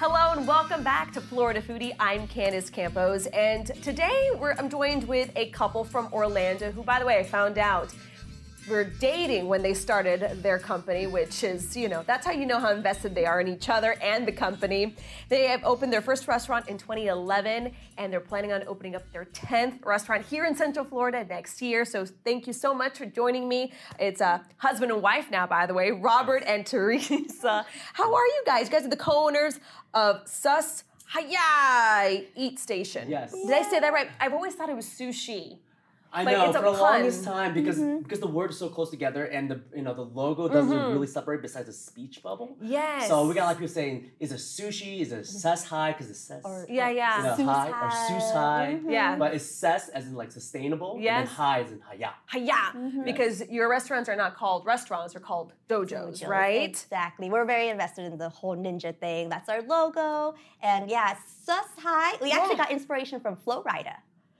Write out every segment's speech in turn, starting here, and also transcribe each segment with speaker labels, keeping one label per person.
Speaker 1: Hello and welcome back to Florida Foodie. I'm Candice Campos, and today we're, I'm joined with a couple from Orlando who, by the way, I found out were dating when they started their company, which is, you know, that's how you know how invested they are in each other and the company. They have opened their first restaurant in 2011, and they're planning on opening up their 10th restaurant here in Central Florida next year. So thank you so much for joining me. It's a husband and wife now, by the way, Robert and Teresa. How are you guys? You guys are the co-owners of Sus Hayai Eat Station.
Speaker 2: Yes.
Speaker 1: Did I say that right? I've always thought it was sushi.
Speaker 2: I
Speaker 1: Like,
Speaker 2: know
Speaker 1: it's a
Speaker 2: for the
Speaker 1: pun. Mm-hmm.
Speaker 2: longest time because because the words are so close together and the you know the logo doesn't really separate besides the speech bubble.
Speaker 1: Yes.
Speaker 2: So we got a lot of people saying is it sushi? Is it ses high? Because it's ses.
Speaker 1: Yeah, yeah.
Speaker 2: You know, high or sus high.
Speaker 1: Yeah.
Speaker 2: But it's ses as in like sustainable. And
Speaker 1: Mm-hmm. Yes.
Speaker 2: then high as in haya.
Speaker 1: Hiya, because your restaurants are not called restaurants; they're called dojos,
Speaker 3: Joe's.
Speaker 1: right?
Speaker 3: Exactly. We're very invested in the whole ninja thing. That's our logo. And yeah, Sus High. We actually
Speaker 1: Yeah.
Speaker 3: got inspiration from Flow Rida.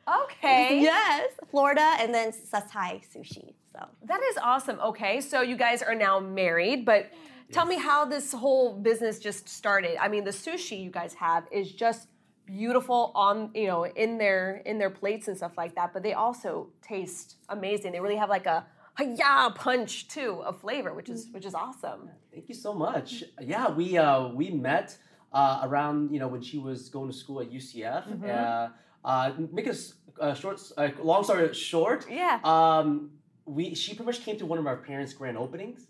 Speaker 1: Okay,
Speaker 3: Yes. Florida and then Sus High Sushi. So
Speaker 1: that is awesome. Okay, so you guys are now married, but tell me how this whole business just started. I mean, the sushi you guys have is just beautiful on you know in their in their plates and stuff like that, but they also taste amazing. They really have like a hiya punch too of flavor, which is which is awesome.
Speaker 2: Thank you so much. Yeah, we uh, we met uh, around you know when she was going to school at UCF.
Speaker 1: Mm-hmm.
Speaker 2: Uh, uh, make a s- uh, short, uh, long story short.
Speaker 1: Yeah.
Speaker 2: Um, we she pretty much came to one of our parents' grand openings,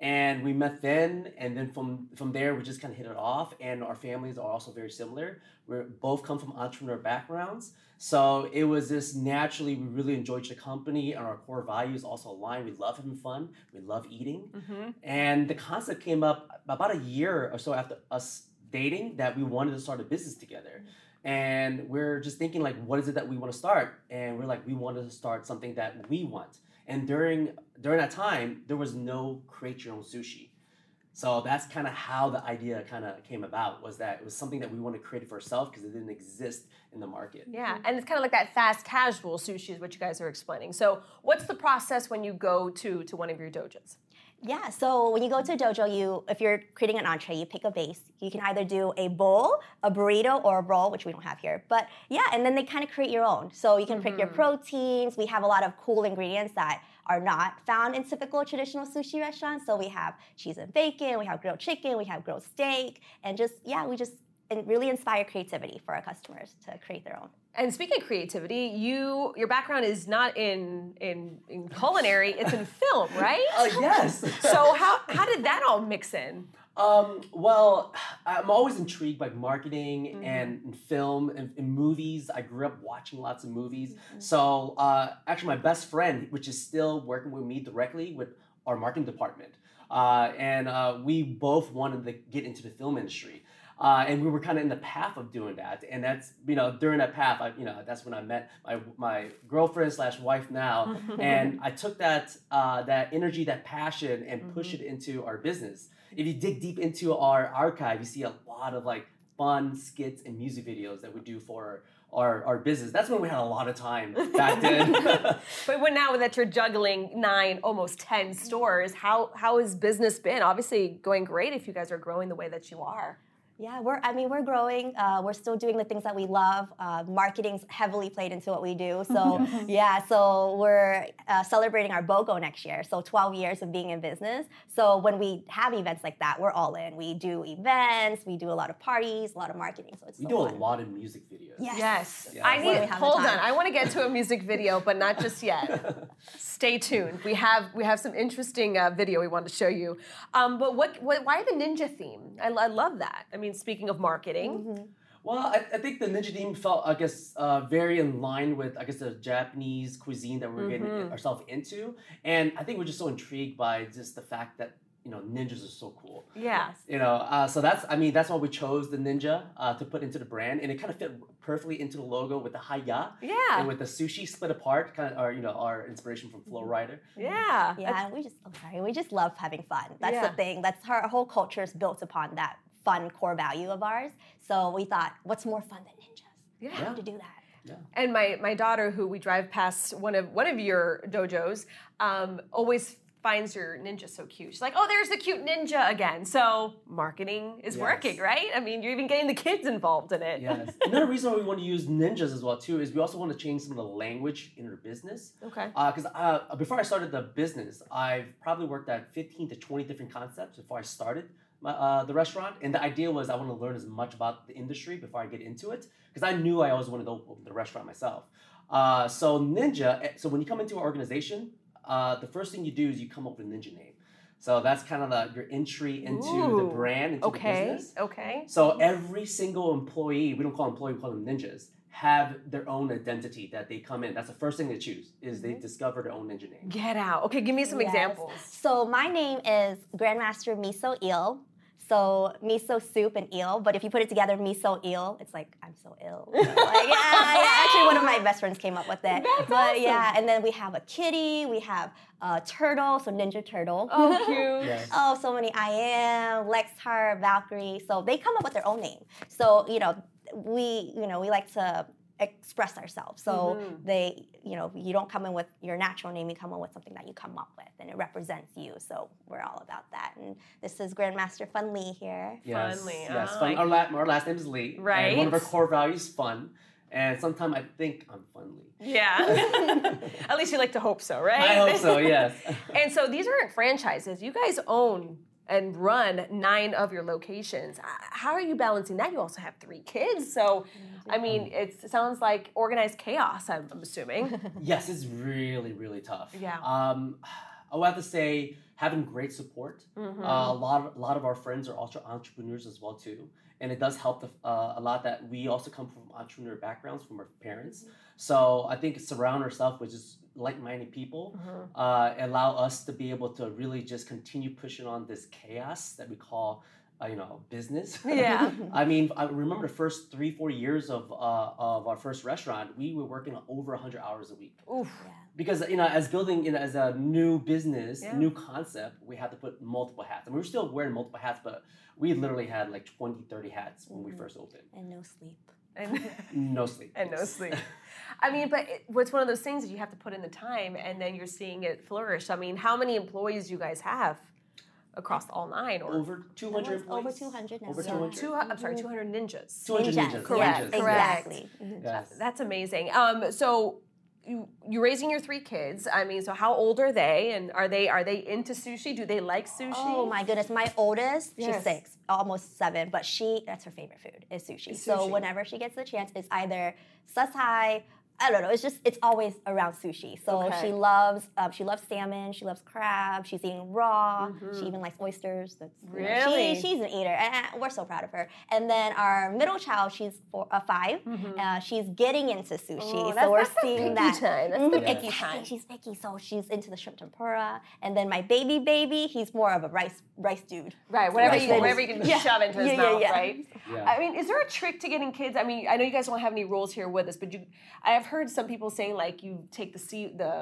Speaker 2: and we met then, and then from from there we just kind of hit it off. And our families are also very similar. We're both come from entrepreneur backgrounds, so it was just naturally we really enjoyed the company, and our core values also align. We love having fun. We love eating.
Speaker 1: Mm-hmm.
Speaker 2: And the concept came up about a year or so after us dating that we wanted to start a business together. And we're just thinking like, what is it that we want to start? And we're like, we wanted to start something that we want. And during during that time, there was no create your own sushi. So that's kind of how the idea kind of came about was that it was something that we wanted to create for ourselves because it didn't exist in the market.
Speaker 1: Yeah, and it's kind of like that fast casual sushi is what you guys are explaining. So, what's the process when you go to to one of your dojos?
Speaker 3: yeah, so when you go to a dojo, you if you're creating an entree, you pick a base. You can either do a bowl, a burrito, or a roll, which we don't have here. But yeah, and then they kind of create your own. So you can pick your proteins. We have a lot of cool ingredients that are not found in typical traditional sushi restaurants. So we have cheese and bacon, we have grilled chicken, we have grilled steak, and just yeah, we just and really inspire creativity for our customers to create their own.
Speaker 1: And speaking of creativity, you your background is not in in, in culinary; it's in film, right?
Speaker 2: Uh, yes.
Speaker 1: So how how did that all mix in?
Speaker 2: Um, well, I'm always intrigued by marketing and, and film and, and movies. I grew up watching lots of movies. So, uh, actually, my best friend, which is still working with me directly with our marketing department, uh, and uh, we both wanted to get into the film industry. Uh, and we were kind of in the path of doing that, and that's you know during that path, I, you know that's when I met my my girlfriend slash wife now, and I took that uh, that energy, that passion, and push it into our business. If you dig deep into our archive, you see a lot of like fun skits and music videos that we do for our our business. That's when we had a lot of time back then.
Speaker 1: But when now that you're juggling nine, almost ten stores, how how has business been? Obviously, going great if you guys are growing the way that you are.
Speaker 3: Yeah, we're. I mean, we're growing. Uh, we're still doing the things that we love. Uh, marketing's heavily played into what we do. So yeah, so we're uh, celebrating our BOGO next year. So 12 years of being in business. So when we have events like that, we're all in. We do events. We do a lot of parties, a lot of marketing. So it's
Speaker 2: we
Speaker 3: so
Speaker 2: do a
Speaker 3: fun.
Speaker 2: lot of music videos.
Speaker 3: Yes.
Speaker 1: Yes.
Speaker 2: Yeah.
Speaker 1: I
Speaker 2: When
Speaker 3: we
Speaker 1: need
Speaker 3: have the
Speaker 1: hold on.
Speaker 3: time.
Speaker 1: I want to get to a music video, but not just yet. Stay tuned. We have we have some interesting uh, video we want to show you. Um, but what, what why the ninja theme? I, lo- I love that. I mean, speaking of marketing,
Speaker 2: Well, I, I think the ninja demon felt, I guess, uh, very in line with, I guess, the Japanese cuisine that we're getting ourselves into, and I think we're just so intrigued by just the fact that you know ninjas are so cool.
Speaker 1: Yeah.
Speaker 2: You know, uh, so that's I mean that's why we chose the ninja uh, to put into the brand, and it kind of fit perfectly into the logo with the haya.
Speaker 1: Yeah.
Speaker 2: And with the sushi split apart, kind of our you know our inspiration from Flow Rider.
Speaker 1: Yeah. Uh,
Speaker 3: Yeah, and we just oh, sorry, we just love having fun. That's
Speaker 1: Yeah.
Speaker 3: the thing. That's our whole culture is built upon that fun core value of ours. So we thought, what's more fun than ninjas?
Speaker 1: Yeah.
Speaker 3: We have to do that.
Speaker 1: And my my daughter, who we drive past one of one of your dojos, um, always finds your ninja so cute. She's like, "Oh, there's the cute ninja again." So marketing is
Speaker 2: Yes.
Speaker 1: working, right? I mean, you're even getting the kids involved in it.
Speaker 2: Yes. Another reason why we want to use ninjas as well too is we also want to change some of the language in our business.
Speaker 1: Okay.
Speaker 2: Because uh, before I started the business, I've probably worked at fifteen to twenty different concepts before I started my, uh, the restaurant, and the idea was I want to learn as much about the industry before I get into it because I knew I always wanted to open the restaurant myself. Uh, so ninja. eh, So when you come into our organization, uh, the first thing you do is you come up with a ninja name. So that's kind of the, your entry into the
Speaker 1: Ooh.
Speaker 2: brand, into the
Speaker 1: Okay.
Speaker 2: business.
Speaker 1: Okay.
Speaker 2: So every single employee, we don't call them employee, we call them ninjas, have their own identity that they come in. That's the first thing they choose is
Speaker 1: Mm-hmm.
Speaker 2: they discover their own ninja name.
Speaker 1: Get out. Okay, give me some
Speaker 3: Yes.
Speaker 1: examples.
Speaker 3: So my name is Grandmaster Miso Eel. So miso soup and eel, but if you put it together, miso eel, it's like I'm so ill. like, yeah, yeah. Actually, one of my best friends came up with it. but yeah, and then we have a kitty, we have a turtle, so Ninja Turtle.
Speaker 1: Oh, cute.
Speaker 2: Yes.
Speaker 3: Oh, so many I am, Lexhart, Valkyrie. So they come up with their own name. So, you know, we, you know, we like to express ourselves. So
Speaker 1: Mm-hmm.
Speaker 3: they, you know, you don't come in with your natural name, you come in with something that you come up with and it represents you. So we're all about that. And this is Grandmaster Fun Lee here.
Speaker 2: Yes.
Speaker 1: Fun, Lee.
Speaker 2: Yes.
Speaker 1: Oh, I
Speaker 2: Fun.
Speaker 1: like
Speaker 2: Our, la- our last name is Lee. And one of our
Speaker 1: Right.
Speaker 2: core values is fun. And sometimes I think I'm fun Lee.
Speaker 1: Yeah. At least you like to hope so, right?
Speaker 2: I hope so, yes.
Speaker 1: And so these aren't franchises. You guys own and run nine of your locations. Uh, How are you balancing that? You also have three kids. So, I mean, it's, it sounds like organized chaos, I'm, I'm assuming.
Speaker 2: yes, it's really, really tough.
Speaker 1: Yeah.
Speaker 2: Um, I would have to say having great support.
Speaker 1: Mm-hmm.
Speaker 2: Uh, a lot of a lot of our friends are also entrepreneurs as well too, and it does help the, uh, a lot that we also come from entrepreneur backgrounds from our parents. So I think surround ourselves with just like-minded people
Speaker 1: Mm-hmm.
Speaker 2: uh, allow us to be able to really just continue pushing on this chaos that we call. Uh, you know, business.
Speaker 1: Yeah.
Speaker 2: I mean, I remember the first three, four years of uh, of our first restaurant, we were working over 100 hours a week
Speaker 1: Oof.
Speaker 2: because you know as building you know as a new business
Speaker 1: Yeah.
Speaker 2: new concept we had to put multiple hats and we were still wearing multiple hats but we literally had like 20 30 hats when we first opened
Speaker 3: And no sleep.
Speaker 1: And,
Speaker 2: no sleep
Speaker 1: Mm-hmm. and no sleep. I mean, but it, what's one of those things that you have to put in the time and then you're seeing it flourish? I mean, how many employees do you guys have across all nine? Or
Speaker 2: over 200
Speaker 3: Almost over
Speaker 2: employees.
Speaker 3: 200 now,
Speaker 2: over
Speaker 3: yeah.
Speaker 2: 200
Speaker 1: two, I'm sorry, 200 ninjas.
Speaker 2: 200
Speaker 3: Ninjas,
Speaker 2: ninjas
Speaker 3: yes,
Speaker 1: Correct,
Speaker 2: ninjas.
Speaker 1: correct.
Speaker 3: Exactly. Mm-hmm.
Speaker 2: Yes.
Speaker 1: That's amazing. Um, so you you're raising your three kids. I mean, so how old are they, and are they are they into sushi? Do they like sushi?
Speaker 3: Oh my goodness, my oldest,
Speaker 1: Yes.
Speaker 3: she's six, almost seven, but she that's her favorite food is sushi. So
Speaker 1: sushi.
Speaker 3: whenever she gets the chance, it's either sasai. I don't know. It's just it's always around sushi. So
Speaker 1: Okay.
Speaker 3: she loves um, she loves salmon. She loves crab. She's eating raw. She even likes oysters. That's you know,
Speaker 1: Mm-hmm. Really?
Speaker 3: she, she's an eater, and uh, we're so proud of her. And then our middle child, she's four, uh, 5 Uh, she's getting into sushi.
Speaker 1: Mm-hmm. Oh,
Speaker 3: so
Speaker 1: that's-
Speaker 3: we're
Speaker 1: that's the
Speaker 3: seeing
Speaker 1: picky
Speaker 3: that.
Speaker 1: time. That's the
Speaker 3: Mhm.
Speaker 1: picky
Speaker 3: Exactly.
Speaker 1: time.
Speaker 3: She's picky, so she's into the shrimp tempura. And then my baby baby, he's more of a rice rice dude.
Speaker 1: Right, whatever
Speaker 2: Rice
Speaker 1: you
Speaker 2: bowls.
Speaker 1: whatever you can
Speaker 3: Yeah.
Speaker 1: shove into his
Speaker 3: Yeah, yeah,
Speaker 1: mouth,
Speaker 3: yeah.
Speaker 1: right?
Speaker 2: Yeah.
Speaker 1: I mean, is there a trick to getting kids? I mean, I know you guys don't have any rules here with us, but you, I have heard some people saying like you take the sea, the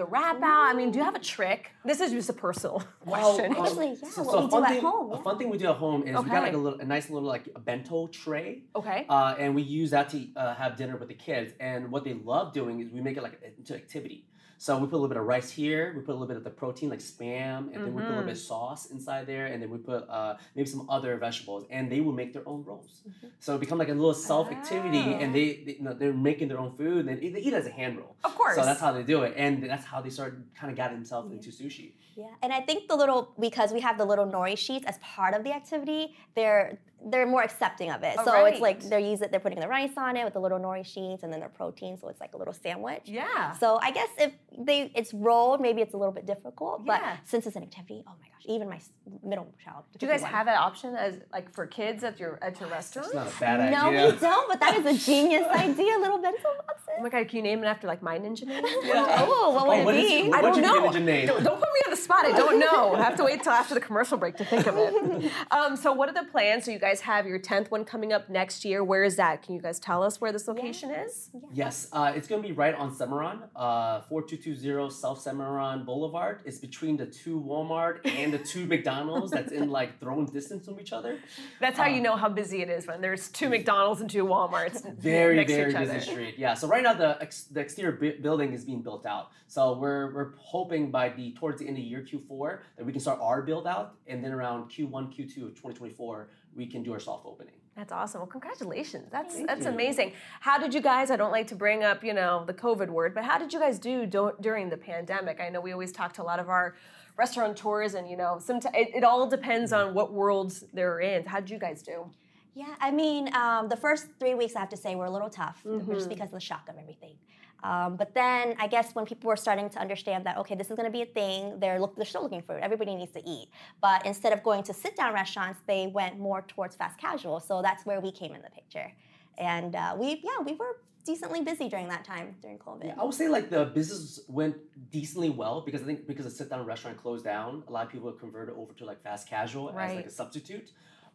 Speaker 1: the wrap out. I mean, do you have a trick? This is just a personal question.
Speaker 2: um,
Speaker 3: Actually, yeah, what
Speaker 2: a
Speaker 3: we do
Speaker 2: fun
Speaker 3: at
Speaker 2: thing,
Speaker 3: home,
Speaker 2: A
Speaker 3: yeah.
Speaker 2: fun thing we do at home is we got like
Speaker 1: Okay.
Speaker 2: a little, a nice little like a bento tray.
Speaker 1: Okay.
Speaker 2: Uh, and we use that to uh, have dinner with the kids. And what they love doing is we make it like into activity. So we put a little bit of rice here, we put a little bit of the protein like spam, and then we put a little
Speaker 1: Mm-hmm.
Speaker 2: bit of sauce inside there, and then we put uh, maybe some other vegetables, and they will make their own rolls.
Speaker 1: Mm-hmm.
Speaker 2: So it become like a little self activity, and they, they you know, they're making their own food, and they they eat it as a hand roll.
Speaker 1: Ah. Of course.
Speaker 2: So that's how they do it, and that's how they start kind of got themselves into sushi.
Speaker 3: Yeah, and I think the little because we have the little nori sheets as part of the activity, they're they're more accepting of it.
Speaker 1: Oh,
Speaker 3: so it's like
Speaker 1: right.
Speaker 3: they're use it, they're putting the rice on it with the little nori sheets and then their protein, so it's like a little sandwich.
Speaker 1: Yeah.
Speaker 3: So I guess if they it's rolled, maybe it's a little bit difficult.
Speaker 1: Yeah.
Speaker 3: But since it's an activity, oh my gosh, even my s- middle child.
Speaker 1: Do you guys
Speaker 3: one.
Speaker 1: have that option as like for kids at your at your restaurant?
Speaker 2: It's not a bad
Speaker 3: No,
Speaker 2: idea.
Speaker 3: we don't. But that is a genius idea, little bento boxes.
Speaker 1: Oh my god, can you name it after like my ninja name?
Speaker 3: Oh, what would
Speaker 2: Oh,
Speaker 3: it
Speaker 2: what is-
Speaker 3: be?
Speaker 1: I don't
Speaker 2: What's your
Speaker 1: know.
Speaker 2: ninja name?
Speaker 1: Don't, don't put me on the spot. I don't know. I have to wait till after the commercial break to think of it. Um, so, what are the plans? So, you guys have your tenth one coming up next year. Where is that? Can you guys tell us where this location is?
Speaker 2: Yes, uh, it's going to be right on Cimarron, uh, 4220 South Cimarron Boulevard. It's between the two Walmart and the two McDonald's that's in like thrown distance from each other.
Speaker 1: That's how
Speaker 2: Um,
Speaker 1: you know how busy it is when there's two McDonald's and two WalMarts
Speaker 2: Very,
Speaker 1: next
Speaker 2: very
Speaker 1: to each
Speaker 2: busy
Speaker 1: other.
Speaker 2: street. Yeah, so right now the, ex- the exterior bu- building is being built out. So we're, we're hoping by the towards the end of year Q4 that we can start our build out and then around Q1, Q2 of 2024, we can do our soft opening.
Speaker 1: That's awesome. Well, congratulations. That's that's amazing. How did you guys? I don't like to bring up you know the COVID word, but how did you guys do do during the pandemic? I know we always talk to a lot of our restaurateurs, and you know, sometimes it, it all depends
Speaker 2: Mm-hmm.
Speaker 1: on what worlds they're in. How did you guys do?
Speaker 3: Yeah, I mean, um, the first three weeks, I have to say, were a little tough
Speaker 2: Mm-hmm.
Speaker 3: just because of the shock of everything. Um, but then I guess when people were starting to understand that, okay, this is going to be a thing, they're, look, they're still looking for it. Everybody needs to eat. But instead of going to sit down restaurants, they went more towards fast casual. So that's where we came in the picture. And uh, we, yeah, we were decently busy during that time during COVID.
Speaker 2: I would say like the business went decently well because I think because the sit down restaurant closed down, a lot of people converted over to like fast casual as like
Speaker 1: Right.
Speaker 2: a substitute.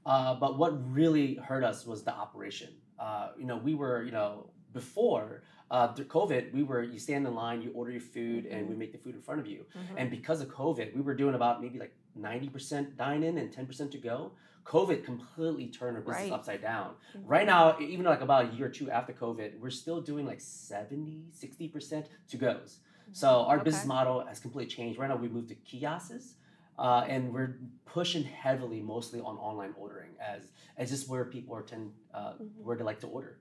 Speaker 2: Uh, but what really hurt us was the operation. Uh, you know, we were you know before uh, through COVID, we were you stand in line, you order your food, and
Speaker 1: Mm-hmm.
Speaker 2: we make the food in front of you. And because of COVID, we were doing about maybe like ninety percent dine in and ten percent to go. COVID completely turned our business
Speaker 1: Right.
Speaker 2: upside down. Right now, e, even like about a year or two after COVID, we're still doing like 70, 60% to goes. So our business
Speaker 1: Mm-hmm. Okay.
Speaker 2: model has completely changed. Right now, we moved to kiosks. Uh, and we're pushing heavily, mostly on online ordering, as as just where people are tend uh,
Speaker 1: Mm-hmm.
Speaker 2: where they like to order.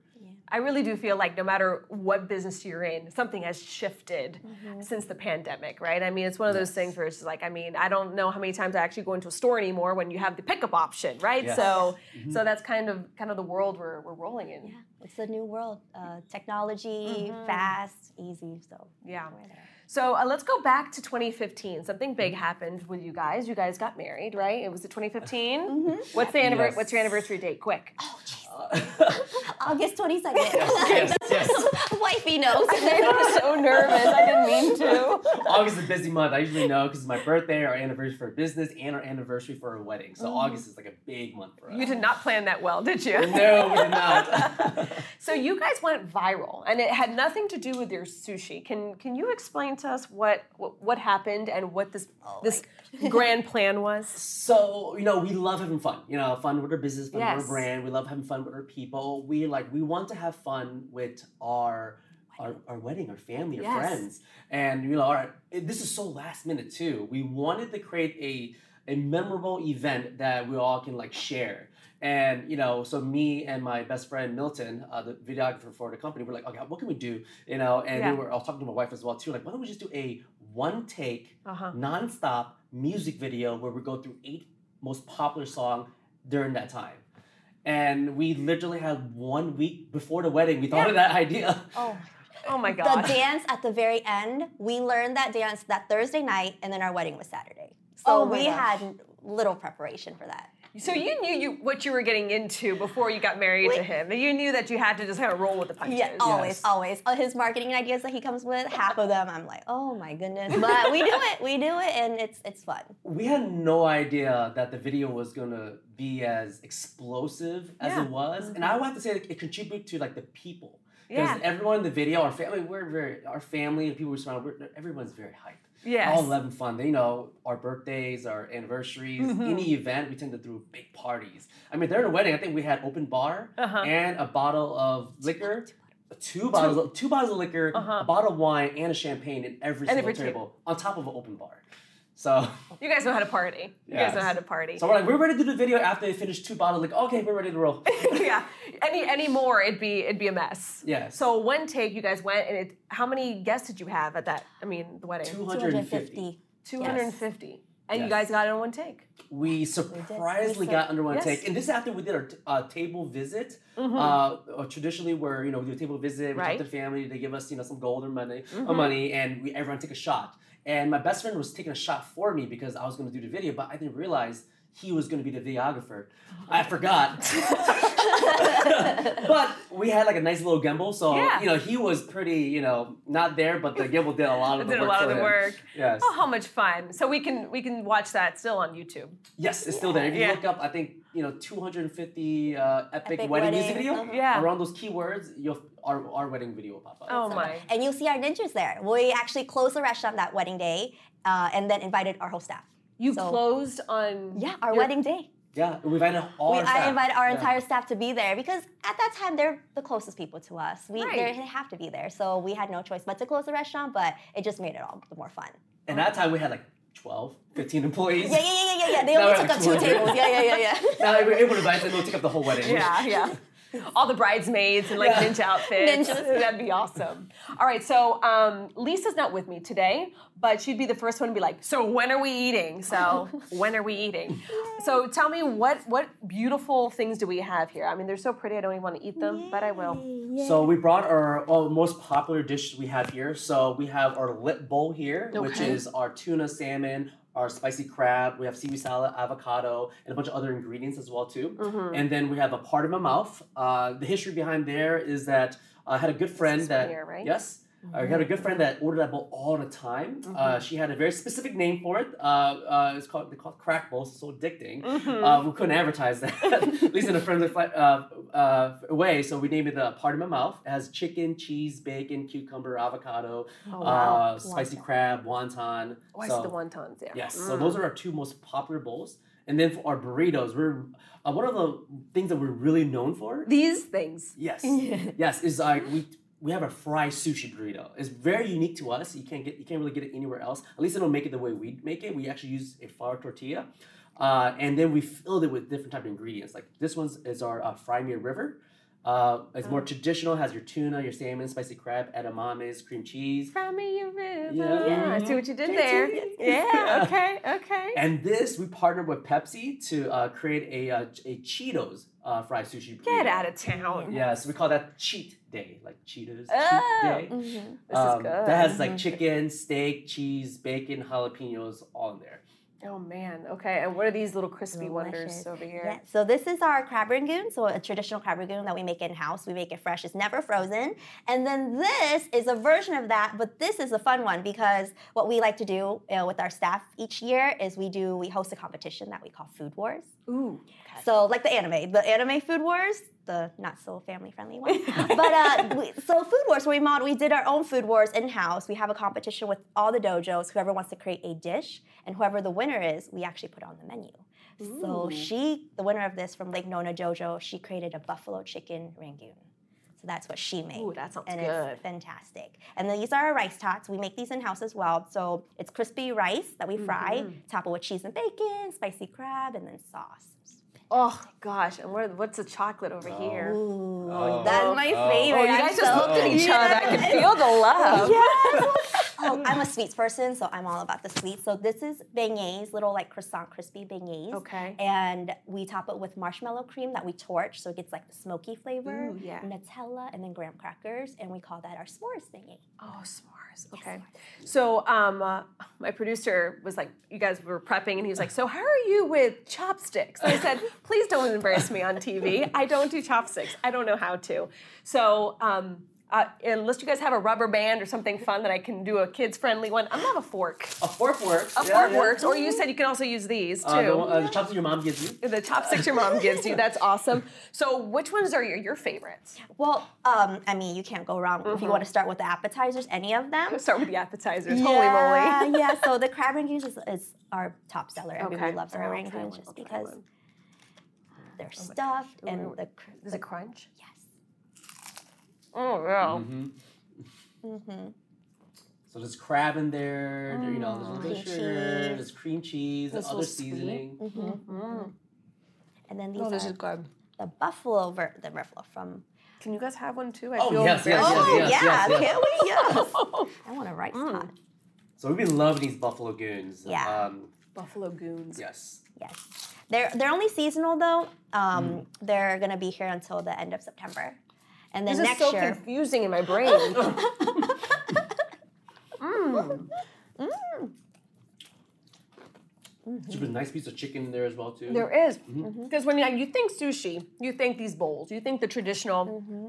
Speaker 1: I really do feel like no matter what business you're in, something has shifted
Speaker 3: Mm-hmm.
Speaker 1: since the pandemic, right? I mean, it's one of those things where it's just like, I mean, I don't know how many times I actually go into a store anymore when you have the pickup option, right?
Speaker 2: Yes. Mm-hmm.
Speaker 1: So, so that's kind of kind of the world we're we're rolling in.
Speaker 3: Yeah, it's a new world. Uh, technology,
Speaker 2: Mm-hmm.
Speaker 3: fast, easy. So
Speaker 1: Yeah.
Speaker 3: we're there.
Speaker 1: So uh, let's go back to 2015. Something big
Speaker 2: Mm-hmm.
Speaker 1: happened with you guys. You guys got married, right? It was the 2015. What's the anniver-
Speaker 2: Yes.
Speaker 1: What's your anniversary date? Quick.
Speaker 3: August 22nd.
Speaker 2: Yes, yes.
Speaker 3: Wifey knows.
Speaker 1: I'm so nervous. I didn't mean to.
Speaker 2: August is a busy month. I usually know because it's my birthday, our anniversary for business, and our anniversary for a wedding.
Speaker 1: Mm-hmm.
Speaker 2: So August is like a big month for us.
Speaker 1: You did not plan that well, did you?
Speaker 2: No, we did not.
Speaker 1: So you guys went viral, and it had nothing to do with your sushi. Can Can you explain to us what what, what happened and what this
Speaker 3: Oh
Speaker 1: this grand plan was?
Speaker 2: so you know we love having fun you know fun with our business fun with
Speaker 1: Yes.
Speaker 2: our brand we love having fun with our people we like we want to have fun with our our, our wedding our family our
Speaker 1: Yes.
Speaker 2: friends and you know our, this is so last minute too we wanted to create a a memorable event that we all can like share and you know so me and my best friend milton uh, the videographer for the company we're like okay what can we do you know and
Speaker 1: Yeah.
Speaker 2: we were i was talking to my wife as well too like why don't we just do a one take
Speaker 1: Uh-huh.
Speaker 2: nonstop music video where we go through eight most popular song during that time. And we literally had one week before the wedding, we thought of that idea.
Speaker 3: oh,
Speaker 1: Oh my
Speaker 3: the
Speaker 1: god!
Speaker 3: dance at the very end. We learned that dance that Thursday night, and then our wedding was Saturday. So
Speaker 1: Oh my
Speaker 3: we
Speaker 1: gosh.
Speaker 3: had little preparation for that.
Speaker 1: So you knew you what you were getting into before you got married to him. You knew that you had to just kind of roll with the punches.
Speaker 3: Yeah, oh. always,
Speaker 2: Yes.
Speaker 3: always. All his marketing ideas that he comes with, half of them, I'm like, oh my goodness. But we do it, we do it, and it's it's fun.
Speaker 2: We had no idea that the video was gonna be as explosive as
Speaker 1: Yeah. Mm-hmm.
Speaker 2: it was. And I would have to say like, it contributed to like the people.
Speaker 1: Yeah.
Speaker 2: Because everyone in the video, our family, we're very, our family and people we surround, we're, everyone's very hyped.
Speaker 1: Yes.
Speaker 2: All loving fun. They know our birthdays, our anniversaries,
Speaker 1: Mm-hmm.
Speaker 2: any event, we tend to throw big parties. I mean, during the wedding, I think we had open bar
Speaker 1: Uh-huh.
Speaker 2: and a bottle of liquor. Two bottles, of, two bottles of liquor, a bottle of wine, and a champagne in every single
Speaker 1: Uh-huh. every table.
Speaker 2: table on top of an open bar. So,
Speaker 1: You guys know how to party. You guys know
Speaker 2: Yes.
Speaker 1: how to party.
Speaker 2: so we're like, we're ready to do the video after they finish two bottles. Like, okay, we're ready to roll.
Speaker 1: yeah. Any any more, it'd be it'd be a mess.
Speaker 2: Yes.
Speaker 1: So one take, you guys went, and it. How many guests did you have at that? I mean, the wedding.
Speaker 2: 250.
Speaker 3: 250.
Speaker 1: Two hundred and fifty. And you
Speaker 2: Yes.
Speaker 1: guys got it in one take.
Speaker 2: We surprisingly
Speaker 3: sur-
Speaker 2: got under one
Speaker 1: Yes. Mm-hmm.
Speaker 2: take, and this is after we did our t- uh, table visit. Uh, uh, traditionally, where you know we do a table visit, we
Speaker 1: Right. Mm-hmm.
Speaker 2: talk to the family, they give us you know some gold or money, uh, money, and we everyone take a shot. And my best friend was taking a shot for me because I was going to do the video, but I didn't realize he was going to be the videographer. I
Speaker 1: Oh.
Speaker 2: forgot. but we had like a nice little gimbal, so
Speaker 1: Yeah.
Speaker 2: you know he was pretty you know not there, but the gimbal did a lot of the
Speaker 1: Did a
Speaker 2: work.
Speaker 1: lot of
Speaker 2: for
Speaker 1: the
Speaker 2: him.
Speaker 1: work.
Speaker 2: Yes.
Speaker 1: Oh, how much fun! So we can we can watch that still on YouTube.
Speaker 2: Yes, it's still there. If you
Speaker 1: Yeah.
Speaker 2: look up, I think you know, 250 uh, epic,
Speaker 3: Epic
Speaker 2: wedding, music
Speaker 3: wedding,
Speaker 2: video.
Speaker 3: uh-huh.
Speaker 1: Yeah.
Speaker 2: Around those keywords, you'll our, our wedding video will pop up.
Speaker 1: Oh my!
Speaker 3: And you'll see our ninjas there. We actually closed the restaurant that wedding day uh, and then invited our whole staff.
Speaker 1: You
Speaker 3: So-
Speaker 1: closed on
Speaker 3: Yeah, our
Speaker 1: your-
Speaker 3: wedding day.
Speaker 2: Yeah, we invited all
Speaker 3: We,
Speaker 2: our staff.
Speaker 3: I invited our
Speaker 2: Yeah.
Speaker 3: entire staff to be there because at that time they're the closest people to us. We
Speaker 1: Right.
Speaker 3: they're- they have to be there, so we had no choice but to close the restaurant. But it just made it all the more fun.
Speaker 2: And that time we had like 12, 15 employees.
Speaker 3: Yeah, yeah, yeah, yeah, yeah. yeah. They
Speaker 2: Now
Speaker 3: only
Speaker 2: we're
Speaker 3: took
Speaker 2: at
Speaker 3: up two
Speaker 2: 200.
Speaker 3: tables. Yeah, yeah, yeah, yeah.
Speaker 2: Now we were able to invite them. We'll take up the whole wedding.
Speaker 1: Yeah, yeah. All the bridesmaids and like
Speaker 2: Yeah.
Speaker 1: ninja outfits.
Speaker 3: Ninjas.
Speaker 1: That'd be awesome. All right, so um, Lisa's not with me today, but she'd be the first one to be like, "So when are we eating?" So when are we eating? So tell me what what beautiful things do we have here? I mean, they're so pretty. I don't even want to eat them, but I will.
Speaker 2: So we brought our uh, most popular dishes we have here. So we have our lip bowl here, which
Speaker 1: Okay.
Speaker 2: is our tuna salmon, our spicy crab. We have seaweed salad, avocado, and a bunch of other ingredients as well too.
Speaker 1: Mm-hmm.
Speaker 2: And then we have a part of my mouth. Uh, the history behind there is that I had a good friend
Speaker 1: is
Speaker 2: that
Speaker 1: here, right?
Speaker 2: yes. I had a good friend that ordered that bowl all the time.
Speaker 1: Mm-hmm.
Speaker 2: Uh, she had a very specific name for it. Uh, uh, it's called they call it crack bowls. It's so addicting.
Speaker 1: Mm-hmm.
Speaker 2: Uh, we couldn't advertise that, at least in a friendly fi- uh, uh, way. So we named it the part of my mouth. It has chicken, cheese, bacon, cucumber, avocado, uh, spicy crab, wonton.
Speaker 1: Oh, I see
Speaker 2: so,
Speaker 1: the wontons Mm. there.
Speaker 2: Yes. So those are our two most popular bowls. And then for our burritos, we're uh, one of the things that we're really known for.
Speaker 1: These things.
Speaker 2: Yes. yes, is like we we have a fried sushi burrito. It's very unique to us. You can't get you can't really get it anywhere else. At least they don't make it the way we make it. We actually use a flour tortilla. Uh, and then we filled it with different type of ingredients. Like this one's is our uh, fry me river. Uh, it's
Speaker 1: Oh.
Speaker 2: more traditional. Has your tuna, your salmon, spicy crab, edamames, cream cheese.
Speaker 1: From a river.
Speaker 2: Yeah.
Speaker 1: Yeah, I see what you did there. Yeah, okay, okay.
Speaker 2: And this we partnered with Pepsi to uh, create a uh, a Cheetos uh, fried sushi. Burrito.
Speaker 1: Get out of town.
Speaker 2: Yeah, so we call that cheat day, like Cheetos
Speaker 1: Oh,
Speaker 2: cheat day.
Speaker 1: This is
Speaker 2: Um,
Speaker 1: good.
Speaker 2: That has like chicken, steak, cheese, bacon, jalapenos all in there.
Speaker 1: Oh man. Okay. And what are these little crispy wonders
Speaker 3: Delicious.
Speaker 1: over here?
Speaker 3: Yeah, so this is our crab rangoon, so a traditional crab rangoon that we make in house. We make it fresh; it's never frozen. And then this is a version of that, but this is a fun one because what we like to do uh, with our staff each year is we do we host a competition that we call Food Wars.
Speaker 1: Ooh.
Speaker 3: So like the anime, the anime Food Wars, the not so family friendly one. but uh, we, so Food Wars, where we mod, we did our own Food Wars in house. We have a competition with all the dojos. Whoever wants to create a dish, and whoever the winner is, we actually put on the menu. So she, the winner of this from Lake Nona Dojo, she created a buffalo chicken rangoon. So that's what she made.
Speaker 1: Ooh, that sounds
Speaker 3: and
Speaker 1: good.
Speaker 3: It's fantastic. And then these are our rice tots. We make these in house as well. So it's crispy rice that we fry,
Speaker 1: Mm-hmm.
Speaker 3: top it with cheese and bacon, spicy crab, and then sauce.
Speaker 1: Oh gosh. And what, what's the chocolate over
Speaker 2: Oh.
Speaker 1: here? Ooh.
Speaker 3: That's my favorite.
Speaker 1: Oh, you guys just looked at each other. I can feel the love.
Speaker 3: Oh, I'm a sweets person, so I'm all about the sweets. So this is beignets, little like croissant crispy beignets.
Speaker 1: Okay.
Speaker 3: And we top it with marshmallow cream that we torch, so it gets like the smoky flavor,
Speaker 1: Ooh, yeah.
Speaker 3: Nutella, and then graham crackers, and we call that our s'mores beignet.
Speaker 1: Oh, s'mores. Okay. So, um, uh, my producer was like, you guys were prepping, and he was like, so how are you with chopsticks? I said, please don't embarrass me on TV. I don't do chopsticks. I don't know how to. So, um, uh, unless you guys have a rubber band or something fun that I can do a kids-friendly one, I'm gonna have a fork.
Speaker 2: A fork works.
Speaker 1: A fork works, or you said you can also use these too.
Speaker 2: Uh, the, one- uh, the chops that your mom gives you.
Speaker 1: the chopsticks your mom gives you. That's awesome. So, which ones are your, your favorites?
Speaker 3: Well, um, I mean, you can't go wrong
Speaker 1: Mm-hmm.
Speaker 3: if you want to start with the appetizers, any of them.
Speaker 1: Let's start with the appetizers.
Speaker 3: yeah,
Speaker 1: Holy moly.
Speaker 3: yeah, so the crab rangoons is, is our top seller. Everybody
Speaker 1: Okay.
Speaker 3: loves our
Speaker 1: All right, I'll try one,
Speaker 3: rangoons
Speaker 1: I'll
Speaker 3: just
Speaker 1: try
Speaker 3: because
Speaker 1: one. Oh
Speaker 3: they're stuffed and the, cr-
Speaker 1: Is
Speaker 3: the
Speaker 1: it crunch?
Speaker 3: yes.
Speaker 1: Oh, yeah.
Speaker 2: Mm-hmm.
Speaker 3: mm-hmm,
Speaker 2: So there's crab in there. there- you know,
Speaker 1: Oh,
Speaker 2: there's a little bit of
Speaker 3: Cream
Speaker 2: sugar.
Speaker 3: cheese.
Speaker 2: There's cream cheese.
Speaker 1: It's a
Speaker 2: other
Speaker 1: little sweet.
Speaker 2: seasoning. Mm-hmm.
Speaker 1: Mm.
Speaker 3: And then these
Speaker 1: Mm-hmm. Oh, this
Speaker 3: are
Speaker 1: is good.
Speaker 3: the buffalo, ver- the buffalo from.
Speaker 1: Can you guys have one too? I
Speaker 2: Oh,
Speaker 1: feel
Speaker 2: yes, yes,
Speaker 1: very-
Speaker 2: yes,
Speaker 3: Oh
Speaker 2: yes,
Speaker 3: yeah,
Speaker 2: yes, yes.
Speaker 1: Mm.
Speaker 3: can't we? Yes. I want a rice pot.
Speaker 2: So we've been loving these buffalo goons.
Speaker 3: Yeah.
Speaker 2: Um,
Speaker 1: Buffalo Goons.
Speaker 2: yes.
Speaker 3: Yes. They're they're only seasonal though. Um,
Speaker 1: Mm.
Speaker 3: They're gonna be here until the end of September, and then
Speaker 1: This
Speaker 3: next
Speaker 1: is so
Speaker 3: year. Mm-hmm.
Speaker 1: confusing in my brain. mm.
Speaker 2: There's a nice piece of chicken in there as well too.
Speaker 1: Mm-hmm. There is.
Speaker 2: Mm-hmm.
Speaker 3: Mm-hmm.
Speaker 1: Because when you- you think sushi, you think these bowls, you think the traditional,
Speaker 3: Mm-hmm.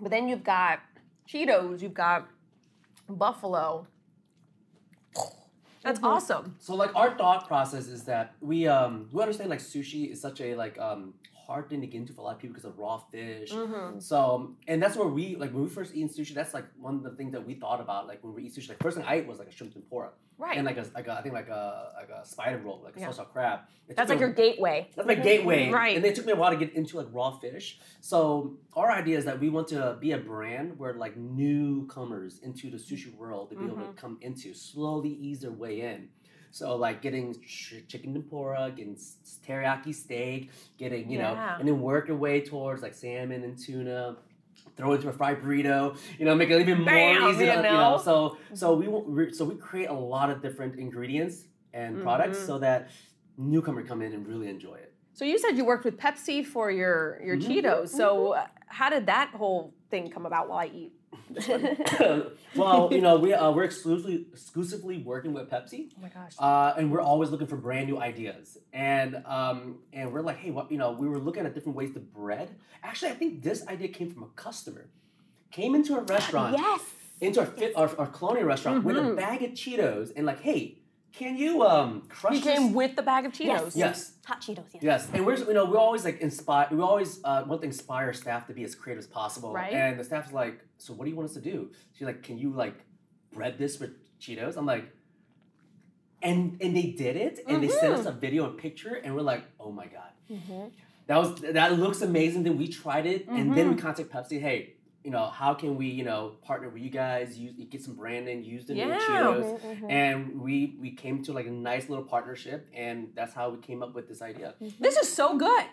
Speaker 1: but then you've got Cheetos, you've got buffalo.
Speaker 3: Mm-hmm.
Speaker 1: That's awesome.
Speaker 2: So like our thought process is that we um we understand like sushi is such a like um hard thing to get into for a lot of people because of raw fish.
Speaker 1: Mm-hmm.
Speaker 2: So um, and that's where we like when we first eat sushi, that's like one of the things that we thought about like when we eat sushi. Like first thing I ate was like a shrimp tempura.
Speaker 1: Right.
Speaker 2: And like a like a, I think like a like a spider roll, like a
Speaker 1: Yeah.
Speaker 2: salsa crab. It
Speaker 1: That's like
Speaker 2: took me a-
Speaker 1: your gateway.
Speaker 2: that's my gateway.
Speaker 1: Right.
Speaker 2: And it took me a while to get into like raw fish. So our idea is that we want to be a brand where like newcomers into the sushi world to be
Speaker 1: Mm-hmm.
Speaker 2: able to come into, slowly ease their way in. So like getting ch- chicken tempura, getting s- teriyaki steak, getting you know,
Speaker 1: Yeah.
Speaker 2: and then work your way towards like salmon and tuna. Throw it into a fried burrito, you know, make it even more
Speaker 1: Bam,
Speaker 2: easy. to,
Speaker 1: you
Speaker 2: you
Speaker 1: know? Mm-hmm.
Speaker 2: know, so so we won't- we- so we create a lot of different ingredients and products so that newcomer come in and really enjoy it.
Speaker 1: So you said you worked with Pepsi for your your
Speaker 2: Mm-hmm.
Speaker 1: Cheetos. So uh, how did that whole thing come about? While I eat,
Speaker 2: well, you know, we uh, we're exclusively exclusively working with Pepsi. Oh my
Speaker 1: gosh.
Speaker 2: Uh, and we're always looking for brand new ideas, and um, and we're like, hey, what you know, we were looking at different ways to bread. Actually, I think this idea came from a customer, came into a restaurant,
Speaker 3: Yes.
Speaker 2: into our fit, our, our colonial restaurant with a bag of Cheetos, and like, hey, can you um crush?
Speaker 1: you came
Speaker 2: this?
Speaker 1: with the bag of Cheetos.
Speaker 2: yes.
Speaker 3: Hot Cheetos. Yes.
Speaker 2: Yes, and we're you know we always like inspire. We always uh, want to inspire staff to be as creative as possible.
Speaker 1: Right.
Speaker 2: And the staff's like, so what do you want us to do? She's like, can you like bread this with Cheetos? I'm like, and and they did it, and they sent us a
Speaker 1: Mm-hmm.
Speaker 2: video and picture, and we're like, oh my god,
Speaker 3: Mm-hmm,
Speaker 2: that was that looks amazing. Then we tried it, and then we
Speaker 1: Mm-hmm.
Speaker 2: contact Pepsi. Hey, you know how can we you know partner with you guys? Use get some branding, use the new
Speaker 1: Yeah. Mm-hmm.
Speaker 2: Cheetos,
Speaker 3: mm-hmm,
Speaker 2: and we we came to like a nice little partnership, and that's how we came up with this idea.
Speaker 1: This is so good.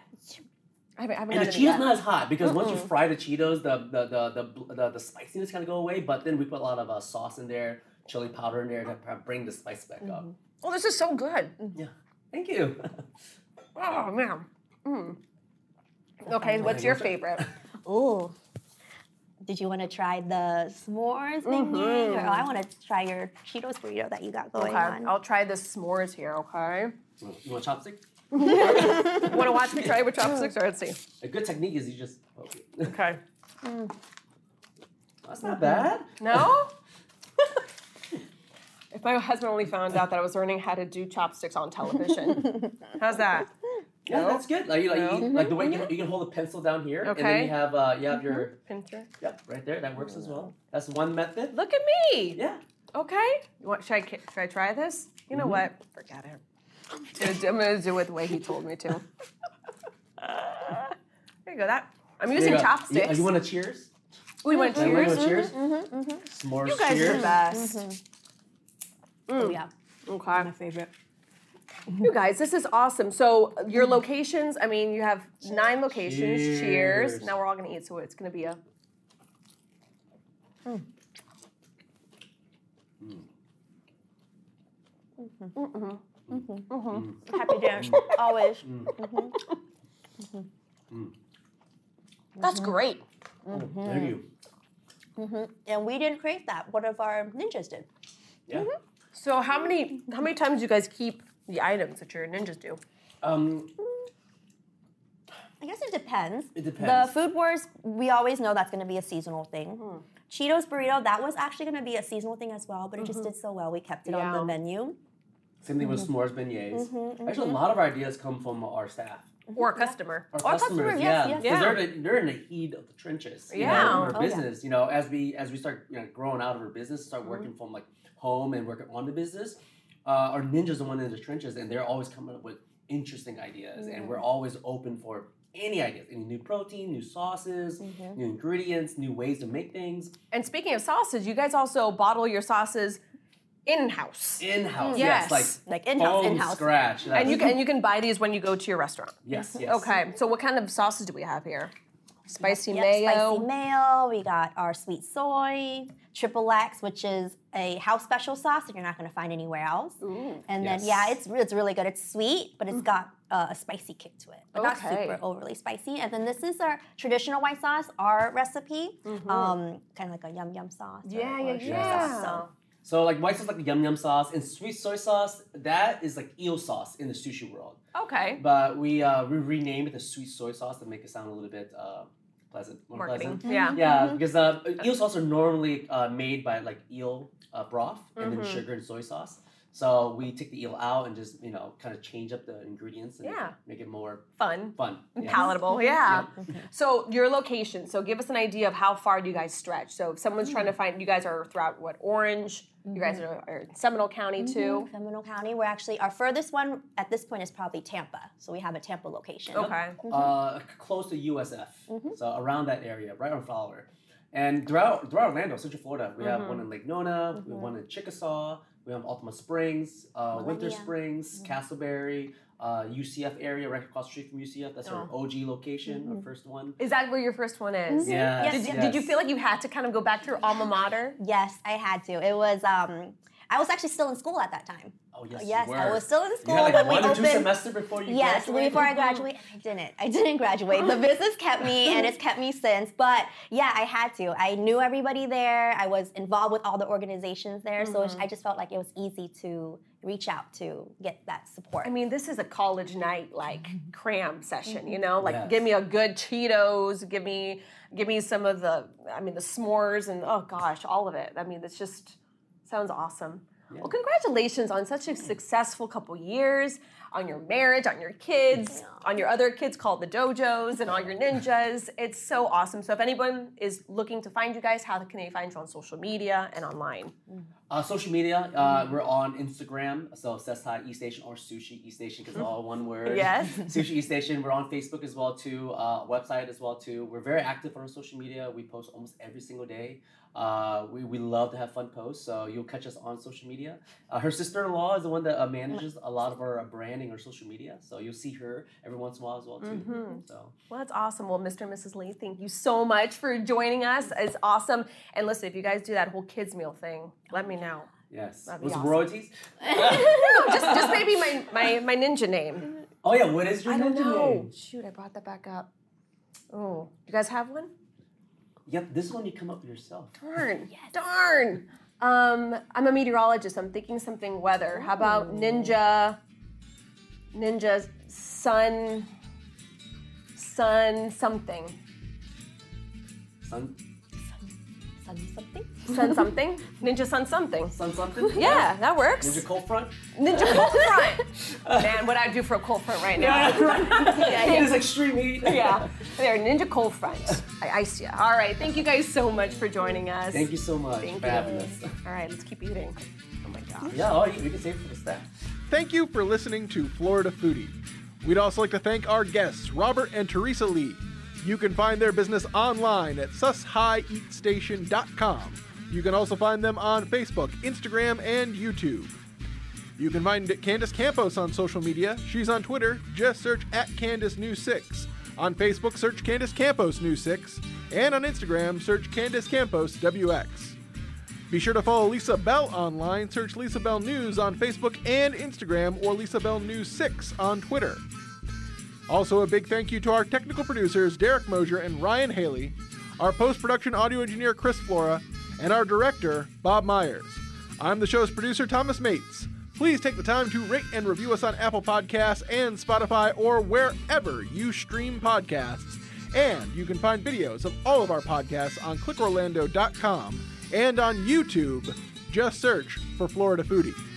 Speaker 1: I haven't, I haven't
Speaker 2: And the
Speaker 1: gotten it
Speaker 2: Cheetos
Speaker 1: yet.
Speaker 2: not as hot because once you fry the Cheetos, the the the the, bl- the, the spiciness kind of go away. But then we put a lot of uh, sauce in there, chili powder in there to pr- bring the spice back up.
Speaker 1: Oh, this is so good.
Speaker 2: Yeah, thank you.
Speaker 1: Oh man. Mm. Okay, what's your favorite?
Speaker 3: Ooh. Did you want to try the s'mores thing, or oh, I want to try your Cheetos burrito that you got going
Speaker 1: Mm-hmm. Okay, Oh,
Speaker 3: on?
Speaker 1: I'll try the s'mores here. Okay.
Speaker 2: you want chopstick?
Speaker 1: Want to watch me try it with chopsticks? Or let's see.
Speaker 2: A good technique is you just poke it.
Speaker 1: Okay.
Speaker 2: That's
Speaker 1: Mm-hmm.
Speaker 2: not bad.
Speaker 1: No. if my husband only found out that I was learning how to do chopsticks on television, how's that?
Speaker 2: Yeah, that's good. Like you like, you, like the way you, you can hold the pencil down here, and then
Speaker 1: Mm-hmm. Okay. Mm-hmm.
Speaker 2: you have uh, you have your
Speaker 1: Pinter.
Speaker 2: yep right there. That works as well.
Speaker 1: Mm-hmm.
Speaker 2: That's one method.
Speaker 1: Look at me.
Speaker 2: Yeah.
Speaker 1: Okay. You want, should I ki- should I try this? You
Speaker 2: Mm-hmm.
Speaker 1: know what? Forget it. Dude, I'm gonna do it the way he told me to. Uh, there you go. That I'm using
Speaker 2: There you go. You-
Speaker 1: chopsticks.
Speaker 2: You, want to cheers?
Speaker 1: we went
Speaker 2: You wanna
Speaker 1: cheers. mm-hmm,
Speaker 2: cheers? S'mores
Speaker 1: You guys are the
Speaker 3: Mm-hmm.
Speaker 2: cheers.
Speaker 1: best.
Speaker 3: Oh, yeah.
Speaker 1: Okay. My favorite. You guys, this is awesome. So your
Speaker 2: Mm.
Speaker 1: locations, I mean, you have nine locations. Cheers.
Speaker 2: Cheers.
Speaker 1: Now we're all gonna eat, so it's gonna be a
Speaker 3: Mm-hmm. Happy Mm. dance. Always.
Speaker 1: that's great.
Speaker 2: Oh, Thank you.
Speaker 3: And we didn't create that. One of our ninjas did.
Speaker 2: Yeah.
Speaker 1: Mm-hmm. So how many how many times do you guys keep the items that your ninjas do?
Speaker 2: Um,
Speaker 3: I guess it depends.
Speaker 2: It
Speaker 3: The
Speaker 2: depends.
Speaker 3: food wars, we always know that's going to be a seasonal thing.
Speaker 1: Mm-hmm.
Speaker 3: Cheetos burrito, that was actually going to be a seasonal thing as well, but it just did so well. We kept it on the
Speaker 1: Mm-hmm. Yeah.
Speaker 3: menu.
Speaker 2: Same thing
Speaker 3: Mm-hmm.
Speaker 2: with s'mores beignets. Actually, a lot of our ideas come from our staff.
Speaker 1: Or a customer?
Speaker 2: Our
Speaker 3: customer,
Speaker 2: customers,
Speaker 3: yes,
Speaker 2: yeah,
Speaker 3: yes.
Speaker 2: because
Speaker 1: Yeah.
Speaker 2: they're, the, they're in the heat of the trenches. you know,
Speaker 1: Yeah.
Speaker 2: in
Speaker 3: Oh,
Speaker 2: our
Speaker 3: yeah.
Speaker 2: business, you know, as we as we start you know, growing out of our business, start
Speaker 3: Mm-hmm.
Speaker 2: working from like home and working on the business, uh, our ninjas are one in the trenches, and they're always coming up with interesting ideas, and
Speaker 3: Mm-hmm.
Speaker 2: we're always open for any ideas, any new protein, new sauces,
Speaker 3: Mm-hmm.
Speaker 2: new ingredients, new ways to make things
Speaker 1: And speaking of sauces, you guys also bottle your sauces in house.
Speaker 2: in house.
Speaker 1: Yes.
Speaker 2: Yes, like
Speaker 3: Like in-house,
Speaker 2: foam
Speaker 3: in-house.
Speaker 2: scratch.
Speaker 1: And you can and you can buy these when you go to your restaurant.
Speaker 2: yes, yes.
Speaker 1: Okay. So what kind of sauces do we have here? Spicy
Speaker 3: Yep,
Speaker 1: mayo.
Speaker 3: spicy mayo. We got our sweet soy, triple X, which is a house special sauce that you're not going to find anywhere else. And then yeah,
Speaker 2: Yes.
Speaker 3: it's re- it's really good. It's sweet, but it's got uh, a spicy kick to it, but not
Speaker 1: Mm-hmm. Okay.
Speaker 3: super overly spicy. And then this is our traditional white sauce, our recipe, um, kind of like a yum yum sauce. or-
Speaker 1: Mm-hmm. Yeah,
Speaker 3: or
Speaker 1: yeah,
Speaker 3: chicken
Speaker 1: yeah.
Speaker 3: Sauce, so
Speaker 2: So like white sauce, like the yum yum sauce, and sweet soy sauce. That is like eel sauce in the sushi world.
Speaker 1: Okay.
Speaker 2: But we uh, we renamed it the sweet soy sauce to make it sound a little bit uh, pleasant, more
Speaker 1: Marketing. Mm-hmm.
Speaker 2: pleasant.
Speaker 1: Yeah.
Speaker 2: Yeah, because uh, eel sauce are normally uh, made by like eel uh, broth and
Speaker 1: Mm-hmm.
Speaker 2: then sugar and soy sauce. So we take the eel out and just you know kind of change up the ingredients and
Speaker 1: Yeah.
Speaker 2: make it more
Speaker 1: Fun.
Speaker 2: fun, yeah.
Speaker 1: Palatable, yeah. So your location. So give us an idea of how far do you guys stretch. So if someone's trying to find, you guys are throughout what Orange. You guys are, are in Seminole County too.
Speaker 3: Seminole County. We're actually our furthest one at this point is probably Tampa, so we have a Tampa location.
Speaker 1: Okay.
Speaker 3: Mm-hmm.
Speaker 2: uh, c- close to USF, so around that area, right on Flower. And throughout throughout Orlando, Central Florida, we have
Speaker 3: Mm-hmm.
Speaker 2: one in Lake Nona, we have one in Chickasaw, we have Altima Springs,
Speaker 3: Oh,
Speaker 2: uh, Winter
Speaker 3: Millennia.
Speaker 2: Springs,
Speaker 3: Mm-hmm.
Speaker 2: Castleberry, uh, UCF area, right across the street from UCF. That's our
Speaker 3: Oh.
Speaker 2: OG location,
Speaker 3: Mm-hmm.
Speaker 2: our first one.
Speaker 1: Is that where your first one is?
Speaker 2: Yes,
Speaker 1: Did,
Speaker 2: yes.
Speaker 1: did you feel like you had to kind of go back to your alma mater?
Speaker 3: Yes, I had to. It was um, I was actually still in school at that time.
Speaker 2: Oh yes, you
Speaker 3: Yes, I
Speaker 2: were.
Speaker 3: was still in
Speaker 2: You
Speaker 3: school
Speaker 2: had like
Speaker 3: when we
Speaker 2: one or
Speaker 3: opened.
Speaker 2: two semester before you
Speaker 3: Yes,
Speaker 2: graduated.
Speaker 3: before I graduated, I didn't. I didn't graduate. The business kept me, and it's kept me since. But yeah, I had to. I knew everybody there. I was involved with all the organizations there, so
Speaker 2: Mm-hmm.
Speaker 3: it's- I just felt like it was easy to reach out to get that support.
Speaker 1: I mean, this is a college night like cram session, you know? Like
Speaker 2: Yes.
Speaker 1: give me a good Cheetos, give me give me some of the I mean the s'mores and oh gosh, all of it. I mean, it's just sounds awesome. Well, congratulations on such a successful couple years, on your marriage, on your kids, on your other kids called the dojos and all your ninjas. It's so awesome. So if anyone is looking to find you guys, how can they find you on social media and online?
Speaker 2: Uh, social media,
Speaker 1: Mm.
Speaker 2: uh, we're on Instagram, so Sesai E Station or Sushi E Station because all one word.
Speaker 1: Yes.
Speaker 2: Sushi E Station. We're on Facebook as well too, uh, website as well too. We're very active on our social media. We post almost every single day. Uh, we, we love to have fun posts, so you'll catch us on social media. Uh, her sister-in-law is the one that uh, manages a lot of our uh, branding or social media, so you'll see her every once in a while as well too.
Speaker 1: Mm-hmm.
Speaker 2: So
Speaker 1: Well, that's awesome. Well, Mr. and Mrs. Lee, thank you so much for joining us. It's awesome. And listen, if you guys do that whole kids meal thing, let me know.
Speaker 2: yes,
Speaker 1: That'd be
Speaker 2: with
Speaker 1: awesome.
Speaker 2: royalties.
Speaker 1: No, just just maybe my my, my ninja name.
Speaker 2: Oh yeah, what is your
Speaker 1: I don't
Speaker 2: ninja
Speaker 1: know.
Speaker 2: name?
Speaker 1: Shoot, I brought that back up. Oh, you guys have one?
Speaker 2: Yep, this one you come up with yourself.
Speaker 1: Darn. Darn. Um, I'm a meteorologist. I'm thinking something weather. How about ninja? Ninja sun. Sun something.
Speaker 2: Sun,
Speaker 3: Sun something?
Speaker 1: Sun something. Ninja sun something.
Speaker 2: sun something.
Speaker 1: Yeah, that works.
Speaker 2: Ninja cold front.
Speaker 1: Ninja cold front. Man, what I'd do for a cold front right now.
Speaker 2: It is extreme heat.
Speaker 1: yeah. There, Ninja cold front. I iced ya. All right. Thank you guys so much for joining us.
Speaker 2: Thank you so much
Speaker 1: Thank
Speaker 2: for
Speaker 1: you.
Speaker 2: having us.
Speaker 1: All right. Let's keep eating. Oh my gosh.
Speaker 2: Yeah, oh, you- we can save it for the staff.
Speaker 4: Thank you for listening to Florida Foodie. We'd also like to thank our guests, Robert and Teresa Lee. You can find their business online at sushigheatstation.com. You can also find them on Facebook, Instagram, and YouTube. You can find Candace Campos on social media. She's on Twitter. Just search at Candace New 6. On Facebook, search Candace Campos New 6. And on Instagram, search Candace Campos WX. Be sure to follow Lisa Bell online. Search Lisa Bell News on Facebook and Instagram, or Lisa Bell News 6 on Twitter. Also, a big thank you to our technical producers, Derek Mosier and Ryan Haley, our post production audio engineer, Chris Flora, and our director, Bob Myers. I'm the show's producer, Thomas Mates. Please take the time to rate and review us on Apple Podcasts and Spotify or wherever you stream podcasts. And you can find videos of all of our podcasts on clickorlando.com and on YouTube. Just search for Florida Foodie.